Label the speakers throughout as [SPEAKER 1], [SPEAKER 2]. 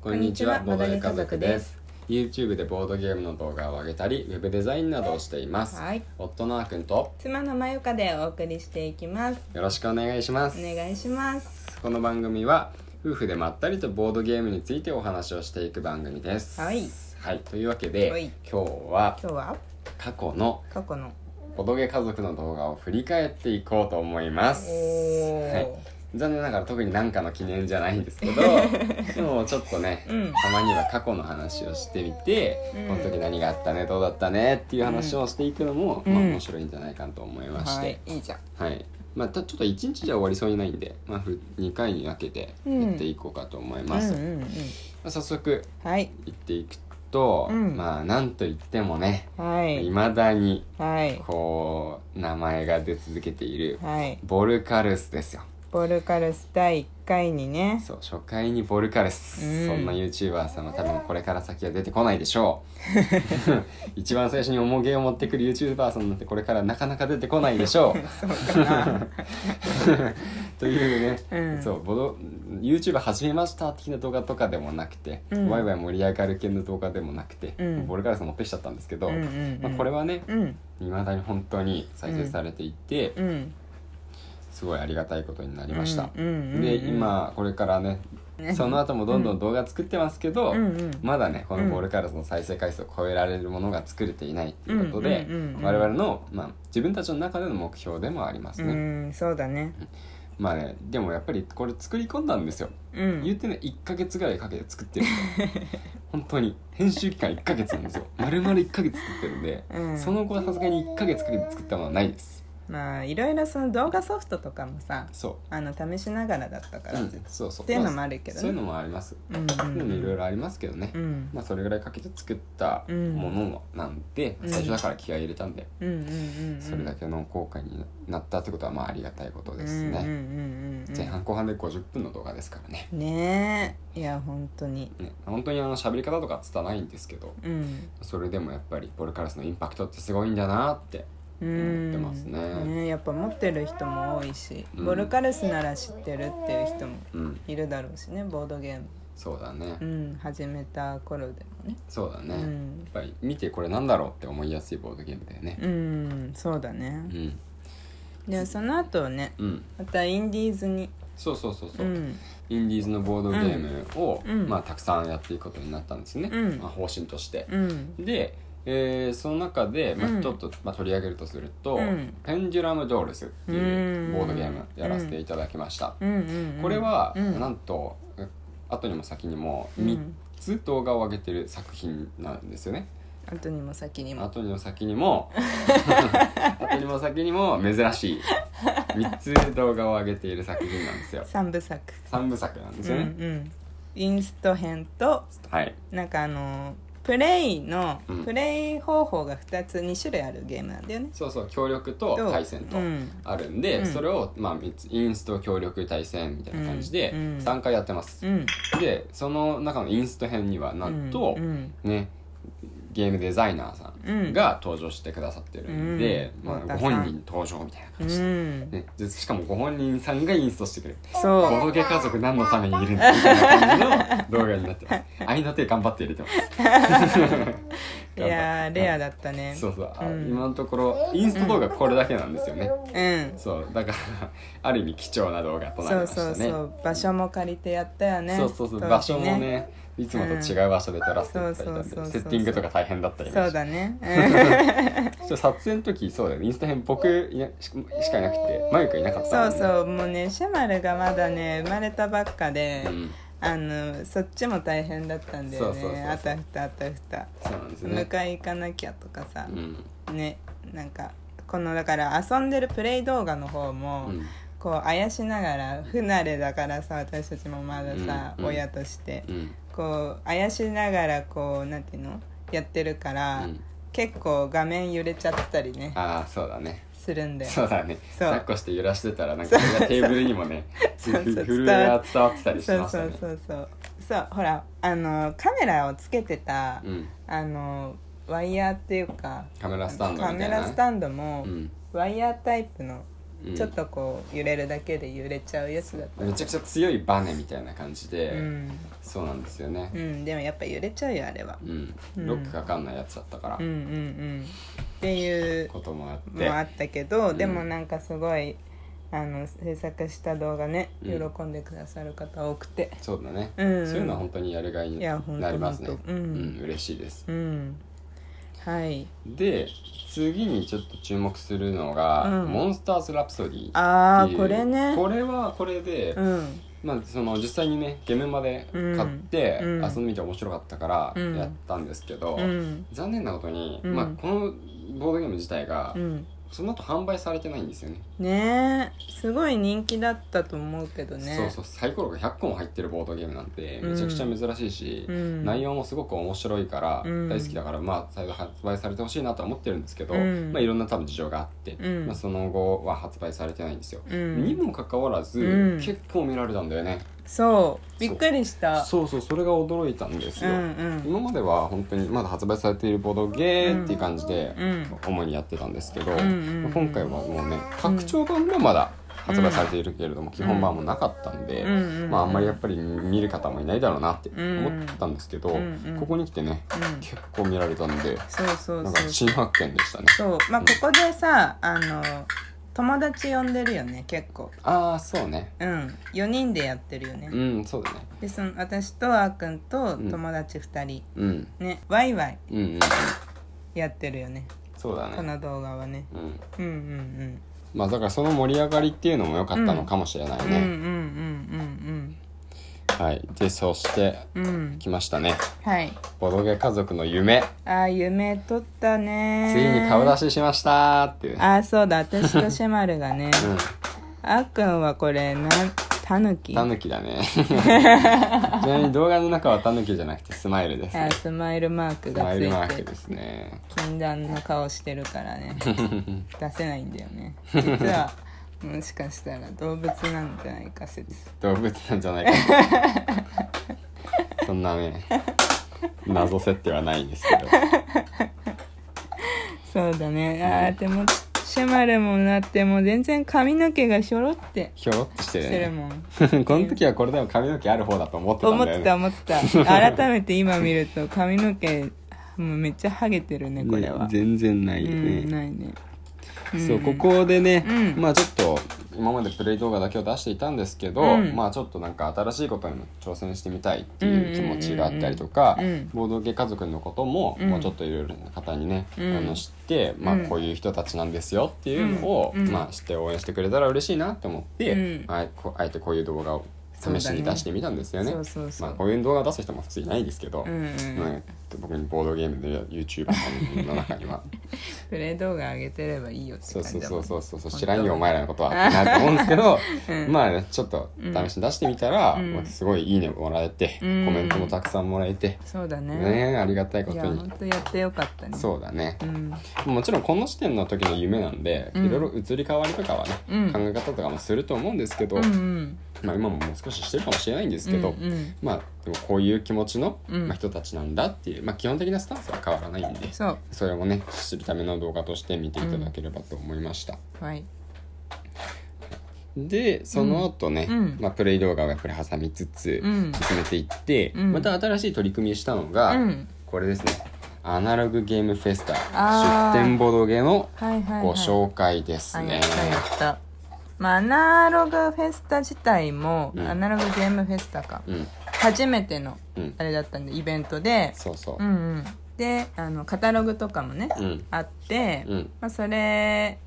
[SPEAKER 1] こ
[SPEAKER 2] んにちはボードゲー家族です
[SPEAKER 1] YouTube でボードゲームの動画を上げたりウェブデザインなどをしています
[SPEAKER 2] はい
[SPEAKER 1] 夫のあくんと
[SPEAKER 2] 妻のまゆかでお送りしていきます
[SPEAKER 1] よろしくお願いします
[SPEAKER 2] お願いします
[SPEAKER 1] この番組は夫婦でまったりとボードゲームについてお話をしていく番組です
[SPEAKER 2] はい、
[SPEAKER 1] はい、というわけで、
[SPEAKER 2] はい
[SPEAKER 1] 今日は
[SPEAKER 2] 今日は
[SPEAKER 1] 過去の
[SPEAKER 2] 過去の
[SPEAKER 1] ボドゲ家族の動画を振り返っていこうと思います、
[SPEAKER 2] おー
[SPEAKER 1] はい、残念ながら特に何かの記念じゃないん ですけどでもちょっとね、
[SPEAKER 2] うん
[SPEAKER 1] たまには過去の話をしてみて、
[SPEAKER 2] うん
[SPEAKER 1] この時何があったねどうだったねっていう話をしていくのも、
[SPEAKER 2] うん
[SPEAKER 1] まあ、
[SPEAKER 2] うん
[SPEAKER 1] 面白いんじゃないかと思いまし
[SPEAKER 2] はい
[SPEAKER 1] て、
[SPEAKER 2] いいじゃん
[SPEAKER 1] はいまあ、たちょっと1日じゃ終わりそうにないんで、まあ、ふ2回に分けてやっていこうかと思います、
[SPEAKER 2] う
[SPEAKER 1] ま
[SPEAKER 2] んうんうん
[SPEAKER 1] あ、早速
[SPEAKER 2] はい
[SPEAKER 1] 行っていくと、
[SPEAKER 2] うん
[SPEAKER 1] まあなんといってもね
[SPEAKER 2] はい
[SPEAKER 1] いまだに
[SPEAKER 2] はい
[SPEAKER 1] こう名前が出続けている
[SPEAKER 2] はい
[SPEAKER 1] ボルカルスですよ
[SPEAKER 2] ボルカルス第1回にね
[SPEAKER 1] そう初回にボルカルス、
[SPEAKER 2] うん
[SPEAKER 1] そんな YouTuber 様多分これから先は出てこないでしょ う一番最初に重げを持ってくる YouTuber さんなんてこれからなかなか出てこないでしょ う
[SPEAKER 2] そうか
[SPEAKER 1] というね、
[SPEAKER 2] うん
[SPEAKER 1] そうボド YouTube 始めました的な動画とかでもなくて、
[SPEAKER 2] うん
[SPEAKER 1] ワイワイ盛り上がる系の動画でもなくて、
[SPEAKER 2] うん
[SPEAKER 1] ボルカルス持ってきちゃったんですけど、
[SPEAKER 2] うんうんうん
[SPEAKER 1] まあ、これはね
[SPEAKER 2] なうん
[SPEAKER 1] 未だに本当に再生されていて、
[SPEAKER 2] うん
[SPEAKER 1] すごいありがたいことになりました、
[SPEAKER 2] うんうんうん
[SPEAKER 1] で今これからねその後もどんどん動画作ってますけど、
[SPEAKER 2] うんうん
[SPEAKER 1] まだねこのボールカラスの再生回数を超えられるものが作れていないっていうことで、
[SPEAKER 2] うんうんうんうん
[SPEAKER 1] 我々の、まあ、自分たちの中での目標でもありますね、
[SPEAKER 2] うんそうだね
[SPEAKER 1] まあねでもやっぱりこれ作り込んだんですよ、
[SPEAKER 2] うん
[SPEAKER 1] 言ってね1ヶ月ぐらいかけて作ってるんで 本当に編集期間1ヶ月なんですよ丸々1ヶ月作ってるんで、
[SPEAKER 2] うん
[SPEAKER 1] その後はさすがに1ヶ月かけて作ったものはないです
[SPEAKER 2] まあいろいろその動画ソフトとかもさ
[SPEAKER 1] そ
[SPEAKER 2] あの試しながらだったか
[SPEAKER 1] う、
[SPEAKER 2] ら、
[SPEAKER 1] うんそうそう
[SPEAKER 2] っていうのもあるけどね
[SPEAKER 1] そういうのもあります
[SPEAKER 2] うん
[SPEAKER 1] でもいろい
[SPEAKER 2] ろ
[SPEAKER 1] ろありますけどね、
[SPEAKER 2] うん
[SPEAKER 1] まあそれぐらいかけて作ったものなんで、
[SPEAKER 2] うん
[SPEAKER 1] 最初だから気合い入れたんで、
[SPEAKER 2] うんうんうんうん
[SPEAKER 1] それだけの効果になったってことはまあありがたいことですね、
[SPEAKER 2] うんうんうんうん
[SPEAKER 1] 前半後半で50分の動画ですからね
[SPEAKER 2] ねえいや本当に
[SPEAKER 1] ね本当にあの喋り方とかつたないんですけど
[SPEAKER 2] うん
[SPEAKER 1] それでもやっぱりボルカラスのインパクトってすごいんだなって
[SPEAKER 2] うん
[SPEAKER 1] 思ってますね
[SPEAKER 2] ねえやっぱ持ってる人も多いし、
[SPEAKER 1] うん
[SPEAKER 2] ボルカルスなら知ってるっていう人も
[SPEAKER 1] うん
[SPEAKER 2] いるだろうしねボードゲーム、
[SPEAKER 1] そうだね、
[SPEAKER 2] うん、始めた頃でもね
[SPEAKER 1] そうだね、や
[SPEAKER 2] う
[SPEAKER 1] っ
[SPEAKER 2] ん、
[SPEAKER 1] ぱり見てこれなんだろうって思いやすいボードゲームだよね
[SPEAKER 2] うん、そうだね
[SPEAKER 1] う、ん
[SPEAKER 2] でその後ね
[SPEAKER 1] うん
[SPEAKER 2] またインディーズに
[SPEAKER 1] そうそうそうそうう、
[SPEAKER 2] ん
[SPEAKER 1] インディーズのボードゲームを、
[SPEAKER 2] うん
[SPEAKER 1] まあ、たくさんやっていくことになったんですね、
[SPEAKER 2] うん
[SPEAKER 1] まあ、方針として。
[SPEAKER 2] うん
[SPEAKER 1] で、えーその中で、ま
[SPEAKER 2] うん
[SPEAKER 1] あ、ちょっと、まあ、取り上げるとすると、
[SPEAKER 2] うん
[SPEAKER 1] ペンデュラムドールス」っていううんボードゲームやらせていただきました、
[SPEAKER 2] うんうんうん
[SPEAKER 1] これは、
[SPEAKER 2] うん
[SPEAKER 1] なんと後にも先にも
[SPEAKER 2] うん
[SPEAKER 1] 3つ動画を上げてる作品なんですよね、
[SPEAKER 2] 後にも先にも
[SPEAKER 1] 後にも先に も後にも先にも珍しい3つ動画を上げている作品なんですよ
[SPEAKER 2] 三部作
[SPEAKER 1] 3部作なんですよね、
[SPEAKER 2] うんうん、インスト編と
[SPEAKER 1] はい
[SPEAKER 2] なんかあのプレイの、
[SPEAKER 1] うん
[SPEAKER 2] プレイ方法が2つ2種類あるゲームなんだよね
[SPEAKER 1] そうそう協力と対戦と
[SPEAKER 2] うん
[SPEAKER 1] あるんで、
[SPEAKER 2] うん
[SPEAKER 1] それを、まあ、三つインスト協力対戦みたいな感じで
[SPEAKER 2] うんうん
[SPEAKER 1] 3回やってます、
[SPEAKER 2] うん
[SPEAKER 1] でその中のインスト編にはなんと、
[SPEAKER 2] うん
[SPEAKER 1] ねゲームデザイナーさんが登場してくださってるんで、
[SPEAKER 2] うん
[SPEAKER 1] まあ、ご
[SPEAKER 2] 太田さん
[SPEAKER 1] 本人登場みたいな
[SPEAKER 2] う
[SPEAKER 1] 感じで、
[SPEAKER 2] ん
[SPEAKER 1] ね、でしかもご本人さんがインストしてくれる「ボ
[SPEAKER 2] そ
[SPEAKER 1] ドゲ家族何のためにいるんだ」みたいな感じの動画になってます愛の手頑張って入れてます
[SPEAKER 2] ういやーレアだったね
[SPEAKER 1] そうそう、あ
[SPEAKER 2] うん
[SPEAKER 1] 今のところインスト動画これだけなんですよね、
[SPEAKER 2] うん
[SPEAKER 1] そうだからある意味貴重な動画となり
[SPEAKER 2] そ
[SPEAKER 1] ま
[SPEAKER 2] う
[SPEAKER 1] した
[SPEAKER 2] そ
[SPEAKER 1] ね
[SPEAKER 2] うそう場所も借りてやったよね
[SPEAKER 1] そうそうそう
[SPEAKER 2] 当時
[SPEAKER 1] 場所もねいつもと違う場所で撮らせていただいたんで、
[SPEAKER 2] そうそうそうそう
[SPEAKER 1] セッティングとか大変だったりも
[SPEAKER 2] そう
[SPEAKER 1] して
[SPEAKER 2] だね うん
[SPEAKER 1] ちょ撮影の時そうだよねインスタ編僕いなししかいなくてマユ君いなかった
[SPEAKER 2] そ
[SPEAKER 1] もね
[SPEAKER 2] うんそうもうねシェマルがまだね生まれたばっかで、
[SPEAKER 1] ん、
[SPEAKER 2] あのそっちも大変だったんだよね
[SPEAKER 1] そうそうそうそう
[SPEAKER 2] あたふたあたふた、
[SPEAKER 1] そうなんですね
[SPEAKER 2] 迎え行かなきゃとかさ
[SPEAKER 1] う、ん
[SPEAKER 2] ねなんかこのだから遊んでるプレイ動画の方
[SPEAKER 1] う
[SPEAKER 2] も、
[SPEAKER 1] ん
[SPEAKER 2] こうあやしながら不慣れだからさ私たちもまださ、
[SPEAKER 1] うんうん
[SPEAKER 2] 親として
[SPEAKER 1] うん
[SPEAKER 2] こうあやしながらこうなんていうのやってるから、
[SPEAKER 1] うん
[SPEAKER 2] 結構画面揺れちゃったりね
[SPEAKER 1] ああそうだね
[SPEAKER 2] するんだよ
[SPEAKER 1] そうだね
[SPEAKER 2] そう
[SPEAKER 1] 抱っこして揺らしてたらなんかそれがテーブルにもね
[SPEAKER 2] そうそう
[SPEAKER 1] ふ
[SPEAKER 2] そう
[SPEAKER 1] 震えが伝わってたりし
[SPEAKER 2] そ
[SPEAKER 1] ま
[SPEAKER 2] う
[SPEAKER 1] した
[SPEAKER 2] そ
[SPEAKER 1] ね
[SPEAKER 2] うそうそうそうほらあのカメラをつけてた、
[SPEAKER 1] うん、
[SPEAKER 2] あのワイヤーっていうか
[SPEAKER 1] カメラスタンドみたいな
[SPEAKER 2] カメラスタンドも、
[SPEAKER 1] うん
[SPEAKER 2] ワイヤータイプの
[SPEAKER 1] うん
[SPEAKER 2] ちょっとこう揺れるだけで揺れちゃうやつだった
[SPEAKER 1] めちゃくちゃ強いバネみたいな感じで、
[SPEAKER 2] うん、
[SPEAKER 1] そうなんですよね
[SPEAKER 2] うん、でもやっぱ揺れちゃうよあれは
[SPEAKER 1] うん、
[SPEAKER 2] うん
[SPEAKER 1] ロックかかんないやつだったから、
[SPEAKER 2] うんうんうんっていう
[SPEAKER 1] こともあっ
[SPEAKER 2] もあ
[SPEAKER 1] て
[SPEAKER 2] ったけど、
[SPEAKER 1] うん
[SPEAKER 2] でもなんかすごいあの制作した動画ね、
[SPEAKER 1] うん
[SPEAKER 2] 喜んでくださる方多くて
[SPEAKER 1] そうだね、
[SPEAKER 2] うん
[SPEAKER 1] そういうのは本当にやるがいに
[SPEAKER 2] いや本当
[SPEAKER 1] なりますね
[SPEAKER 2] 本当うん
[SPEAKER 1] ん嬉しいです
[SPEAKER 2] うんはい
[SPEAKER 1] で次にちょっと注目するのが「
[SPEAKER 2] うん
[SPEAKER 1] モンスターズ・ラプソディ」
[SPEAKER 2] あ
[SPEAKER 1] ってい
[SPEAKER 2] あ
[SPEAKER 1] う
[SPEAKER 2] これね
[SPEAKER 1] これはこれで、
[SPEAKER 2] うん
[SPEAKER 1] まあ、その実際にねゲームまで買って
[SPEAKER 2] うん
[SPEAKER 1] 遊んでみて面白かったから
[SPEAKER 2] うん
[SPEAKER 1] やったんですけど、
[SPEAKER 2] うん
[SPEAKER 1] 残念なことに、
[SPEAKER 2] うん
[SPEAKER 1] まあ、このボードゲーム自体が
[SPEAKER 2] うん
[SPEAKER 1] その後販売されてないんですよね
[SPEAKER 2] ねえすごい人気だったと思うけどね
[SPEAKER 1] そうそうサイコロが100個も入ってるボードゲームなんてめちゃくちゃ珍しいし、
[SPEAKER 2] うん
[SPEAKER 1] 内容もすごく面白いから
[SPEAKER 2] うん
[SPEAKER 1] 大好きだから、まあ最後発売されてほしいなとは思ってるんですけど、
[SPEAKER 2] うん
[SPEAKER 1] まあ、いろんな多分事情があって、
[SPEAKER 2] うん
[SPEAKER 1] まあ、その後は発売されてないんですよ、
[SPEAKER 2] うん
[SPEAKER 1] にもかかわらず、
[SPEAKER 2] うん
[SPEAKER 1] 結構見られたんだよね
[SPEAKER 2] そうびっくりした
[SPEAKER 1] そうそうそれが驚いたんです
[SPEAKER 2] う
[SPEAKER 1] よ、
[SPEAKER 2] んうん
[SPEAKER 1] 今までは本当にまだ発売されているボードゲーっていう感じで
[SPEAKER 2] うん
[SPEAKER 1] 主にやってたんですけど、
[SPEAKER 2] んうんうん
[SPEAKER 1] 今回はもうね拡張版がまだ発売されているけれども、基本版もなかったんで、
[SPEAKER 2] うんうんうん
[SPEAKER 1] まああんまりやっぱり見る方もいないだろうなって思ったんですけど、
[SPEAKER 2] うんうん
[SPEAKER 1] ここに来てね、
[SPEAKER 2] うん
[SPEAKER 1] 結構見られたんで
[SPEAKER 2] そうそう
[SPEAKER 1] なんか
[SPEAKER 2] そう
[SPEAKER 1] 新発見でしたね。
[SPEAKER 2] そうまあここでさあの友達呼んでるよね結構
[SPEAKER 1] ああそうね
[SPEAKER 2] うん4人でやってるよね
[SPEAKER 1] うんそうだね
[SPEAKER 2] でその私とあーくんと友達2人、
[SPEAKER 1] うん
[SPEAKER 2] ねワイワイ
[SPEAKER 1] うんうん
[SPEAKER 2] やってるよね
[SPEAKER 1] そうだ
[SPEAKER 2] こ
[SPEAKER 1] ね。
[SPEAKER 2] の動画はね
[SPEAKER 1] うん
[SPEAKER 2] うんうん
[SPEAKER 1] まあだからその盛り上がりっていうのも良かったのかもしれな
[SPEAKER 2] う
[SPEAKER 1] い
[SPEAKER 2] ん、うん
[SPEAKER 1] ね。
[SPEAKER 2] うん
[SPEAKER 1] はいでそして
[SPEAKER 2] うんうんうんうん
[SPEAKER 1] 来ましたね。
[SPEAKER 2] はい
[SPEAKER 1] ボドゲ家族の夢
[SPEAKER 2] あー夢取ったね
[SPEAKER 1] ついに顔出ししましたーっていうね
[SPEAKER 2] あーそうだ私とシェマルがね、
[SPEAKER 1] うん
[SPEAKER 2] あーくんはこれなんタヌキ
[SPEAKER 1] タ
[SPEAKER 2] あ
[SPEAKER 1] ヌキだ ねちなみに動画の中はタヌキじゃなくてスマイルですね
[SPEAKER 2] ースマイルマーク
[SPEAKER 1] ス
[SPEAKER 2] が
[SPEAKER 1] マイ
[SPEAKER 2] つ
[SPEAKER 1] ルマー
[SPEAKER 2] い
[SPEAKER 1] ク
[SPEAKER 2] て
[SPEAKER 1] ですね
[SPEAKER 2] 禁断の顔してるから ね出せないんだよね実はもしかしたら動物なんじゃないか説
[SPEAKER 1] 動物なんじゃないかなそんなね謎設定はないんですけど
[SPEAKER 2] そうだねあーでもシェマルもなってもう全然髪の毛がひょろって
[SPEAKER 1] ひょろっとしてる
[SPEAKER 2] してる
[SPEAKER 1] ね
[SPEAKER 2] もん
[SPEAKER 1] この時はこれでも髪の毛ある方だと思ってたん
[SPEAKER 2] 思っ
[SPEAKER 1] だよ
[SPEAKER 2] て
[SPEAKER 1] ね
[SPEAKER 2] た思ってた改めて今見ると髪の毛もうめっちゃハゲてるねこれは、
[SPEAKER 1] ね全然ないよ
[SPEAKER 2] うん
[SPEAKER 1] ね、
[SPEAKER 2] ないね
[SPEAKER 1] そうここでね、
[SPEAKER 2] うん
[SPEAKER 1] まあちょっと今までプレイ動画だけを出していたんですけど、
[SPEAKER 2] うん
[SPEAKER 1] まあちょっとなんか新しいことにも挑戦してみたいっていう気持ちがあったりとか、
[SPEAKER 2] うんうんうんうん
[SPEAKER 1] ボードゲ家族のことも、
[SPEAKER 2] うん
[SPEAKER 1] もうちょっといろいろな方にね、
[SPEAKER 2] うん
[SPEAKER 1] あの知って、まあ、
[SPEAKER 2] うん
[SPEAKER 1] こういう人たちなんですよっていうのを、
[SPEAKER 2] うんうん
[SPEAKER 1] まあ、知って応援してくれたら嬉しいなって思って、
[SPEAKER 2] うん
[SPEAKER 1] あえこあえてこういう動画を試しに出してみたんですよね。
[SPEAKER 2] そうそうそ
[SPEAKER 1] まあ、
[SPEAKER 2] う、
[SPEAKER 1] こういう動画を出す人も普通いないですけど、
[SPEAKER 2] うんうん
[SPEAKER 1] ね僕にボードゲームで YouTuber さんの中には。
[SPEAKER 2] プレイ動画上げてればいいよって
[SPEAKER 1] そ
[SPEAKER 2] 感
[SPEAKER 1] う
[SPEAKER 2] じ
[SPEAKER 1] そう
[SPEAKER 2] だもん
[SPEAKER 1] そうそうそう
[SPEAKER 2] 本当
[SPEAKER 1] 知らんよお前らのことはってなると思うんですけど、
[SPEAKER 2] うん
[SPEAKER 1] まあねちょっと試しに出してみたら、
[SPEAKER 2] うん
[SPEAKER 1] まあすごいいいねもらえて、
[SPEAKER 2] うん
[SPEAKER 1] コメントもたくさんもらえて、
[SPEAKER 2] そうだね
[SPEAKER 1] ねありがたいこ
[SPEAKER 2] い
[SPEAKER 1] と
[SPEAKER 2] や
[SPEAKER 1] に
[SPEAKER 2] 本当やってよかったね
[SPEAKER 1] そうだね
[SPEAKER 2] う、ん
[SPEAKER 1] もちろんこの時点の時の夢なんで、
[SPEAKER 2] うん
[SPEAKER 1] いろいろ移り変わりとかはね、
[SPEAKER 2] うん
[SPEAKER 1] 考え方とかもすると思うんですけど、
[SPEAKER 2] うんうん
[SPEAKER 1] まあ、今ももう少ししてるかもしれないんですけど、
[SPEAKER 2] うんうん
[SPEAKER 1] まあでもこういう気持ちの、
[SPEAKER 2] うん
[SPEAKER 1] まあ、人たちなんだっていう、まあ、基本的なスタンスは変わらないんで
[SPEAKER 2] そ
[SPEAKER 1] それもね知るための動画として見ていただければと思いました。
[SPEAKER 2] うはい
[SPEAKER 1] でその後ね、
[SPEAKER 2] うん
[SPEAKER 1] まあ、プレイ動画をやっぱり挟みつつ
[SPEAKER 2] うん
[SPEAKER 1] 進めていって、
[SPEAKER 2] うん
[SPEAKER 1] また新しい取り組みしたのが、
[SPEAKER 2] うん
[SPEAKER 1] これですねアナログゲームフェスタ
[SPEAKER 2] あー
[SPEAKER 1] 出展ボドゲの
[SPEAKER 2] はいはい、はい、
[SPEAKER 1] ご紹介です
[SPEAKER 2] あ
[SPEAKER 1] ね
[SPEAKER 2] やっ、たやったまあアナログフェスタ自体も、
[SPEAKER 1] うん
[SPEAKER 2] アナログゲームフェスタか、
[SPEAKER 1] うん
[SPEAKER 2] 初めての
[SPEAKER 1] うん
[SPEAKER 2] あれだったんでイベントで
[SPEAKER 1] そうそううん
[SPEAKER 2] うんであのカタログとかもね、
[SPEAKER 1] うん
[SPEAKER 2] あって、
[SPEAKER 1] うん
[SPEAKER 2] まあ、それ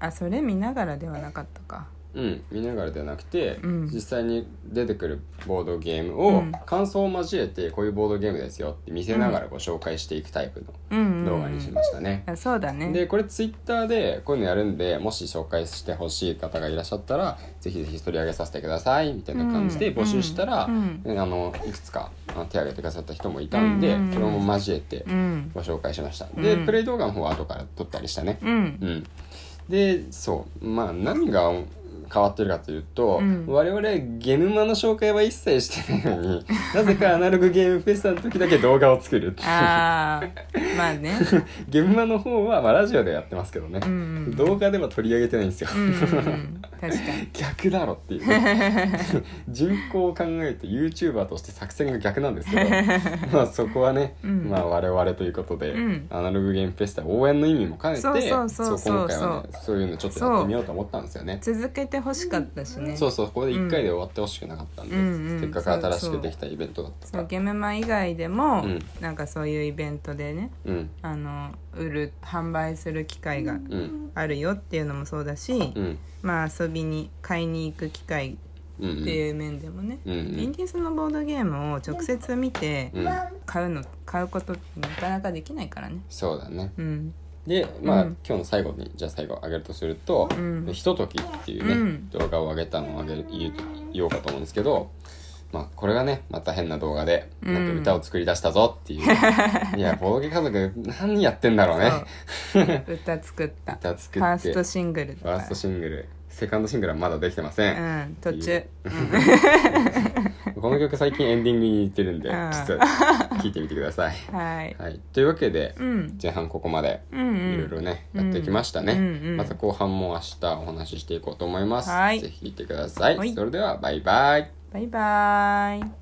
[SPEAKER 2] あそれ見ながらではなかったか
[SPEAKER 1] うん見ながらではなくて、
[SPEAKER 2] うん
[SPEAKER 1] 実際に出てくるボードゲーム
[SPEAKER 2] う
[SPEAKER 1] を
[SPEAKER 2] ん
[SPEAKER 1] 感想を交えてこういうボードゲームですよって見せながらご紹介していくタイプ
[SPEAKER 2] うんうんうん
[SPEAKER 1] の動画にしましたね、
[SPEAKER 2] あそうだね
[SPEAKER 1] でこれツイッターでこういうのやるんでもし紹介してほしい方がいらっしゃったらぜひぜひ取り上げさせてくださいみたいな感じで募集したら、
[SPEAKER 2] うん
[SPEAKER 1] ねあのいくつかあの手挙げてくださった人もいたんで、
[SPEAKER 2] うん
[SPEAKER 1] それも交えて
[SPEAKER 2] うん
[SPEAKER 1] ご紹介しました、で
[SPEAKER 2] うん
[SPEAKER 1] プレイ動画の方は後から撮ったりしたね
[SPEAKER 2] うん
[SPEAKER 1] うんでそうまあ何が変わってるかというと、
[SPEAKER 2] うん
[SPEAKER 1] 我々ゲームマの紹介は一切してないのになぜかアナログゲームフェスタの時だけ動画を作るっていう
[SPEAKER 2] あ ーまあね
[SPEAKER 1] ゲームマの方は、まあ、ラジオでやってますけどね、
[SPEAKER 2] うんうん
[SPEAKER 1] 動画では取り上げてないんですよ、
[SPEAKER 2] うんうんうん確かに
[SPEAKER 1] 逆だろっていう ね人口を考えて YouTuber として作戦が逆なんです けどまあそこはね、
[SPEAKER 2] うん
[SPEAKER 1] まあ我々ということで、
[SPEAKER 2] うん
[SPEAKER 1] アナログゲームフェスタ応援の意味も兼ねて
[SPEAKER 2] そうそうそうそう
[SPEAKER 1] そう今回はねそういうのちょっとやってみようと思ったんですよね。
[SPEAKER 2] 続けてほしかったしね
[SPEAKER 1] そうそうここで1回で終わってほしくなかったんで、
[SPEAKER 2] うんうん
[SPEAKER 1] せっかく新しくできたイベントだったか
[SPEAKER 2] そう
[SPEAKER 1] ら
[SPEAKER 2] ゲムマ以外でも、
[SPEAKER 1] うん
[SPEAKER 2] なんかそういうイベントでね
[SPEAKER 1] うん
[SPEAKER 2] あの売る販売する機会が
[SPEAKER 1] うん
[SPEAKER 2] あるよっていうのもそうだし、
[SPEAKER 1] うん
[SPEAKER 2] まあ遊びに買いに行く機会
[SPEAKER 1] うんうん
[SPEAKER 2] っていう面でもね、
[SPEAKER 1] うんうん
[SPEAKER 2] インディーズのボードゲームを直接見て
[SPEAKER 1] うん
[SPEAKER 2] 買うの買うことってなかなかできないからね
[SPEAKER 1] そうだね
[SPEAKER 2] うん
[SPEAKER 1] でまあ、
[SPEAKER 2] うん
[SPEAKER 1] 今日の最後にじゃあ最後上げるとすると「
[SPEAKER 2] うん
[SPEAKER 1] ひととき」っていうね、
[SPEAKER 2] うん
[SPEAKER 1] 動画を上げたのを上げる言う言おうかと思うんですけど、まあ、これがねまた変な動画で
[SPEAKER 2] うん
[SPEAKER 1] なんか歌を作り出したぞっていう、 いやボーゲ家族何やってんだろうね
[SPEAKER 2] そう歌作った
[SPEAKER 1] 歌作って
[SPEAKER 2] ファーストシングルと
[SPEAKER 1] ファ
[SPEAKER 2] か
[SPEAKER 1] ーストシングルセカンドシングルはまだできてません、
[SPEAKER 2] うん途中
[SPEAKER 1] この曲最近エンディングに似てるんで、
[SPEAKER 2] うん
[SPEAKER 1] 実は聴いてみてください。
[SPEAKER 2] はい、
[SPEAKER 1] はい、というわけで、
[SPEAKER 2] うん
[SPEAKER 1] 前半ここまで
[SPEAKER 2] うんうん
[SPEAKER 1] いろいろね、やってきましたね、
[SPEAKER 2] うんうん
[SPEAKER 1] また後半も明日お話ししていこうと思います。
[SPEAKER 2] はい
[SPEAKER 1] ぜひ聞いてください。
[SPEAKER 2] はい
[SPEAKER 1] それではバイバイ。
[SPEAKER 2] バイバーイ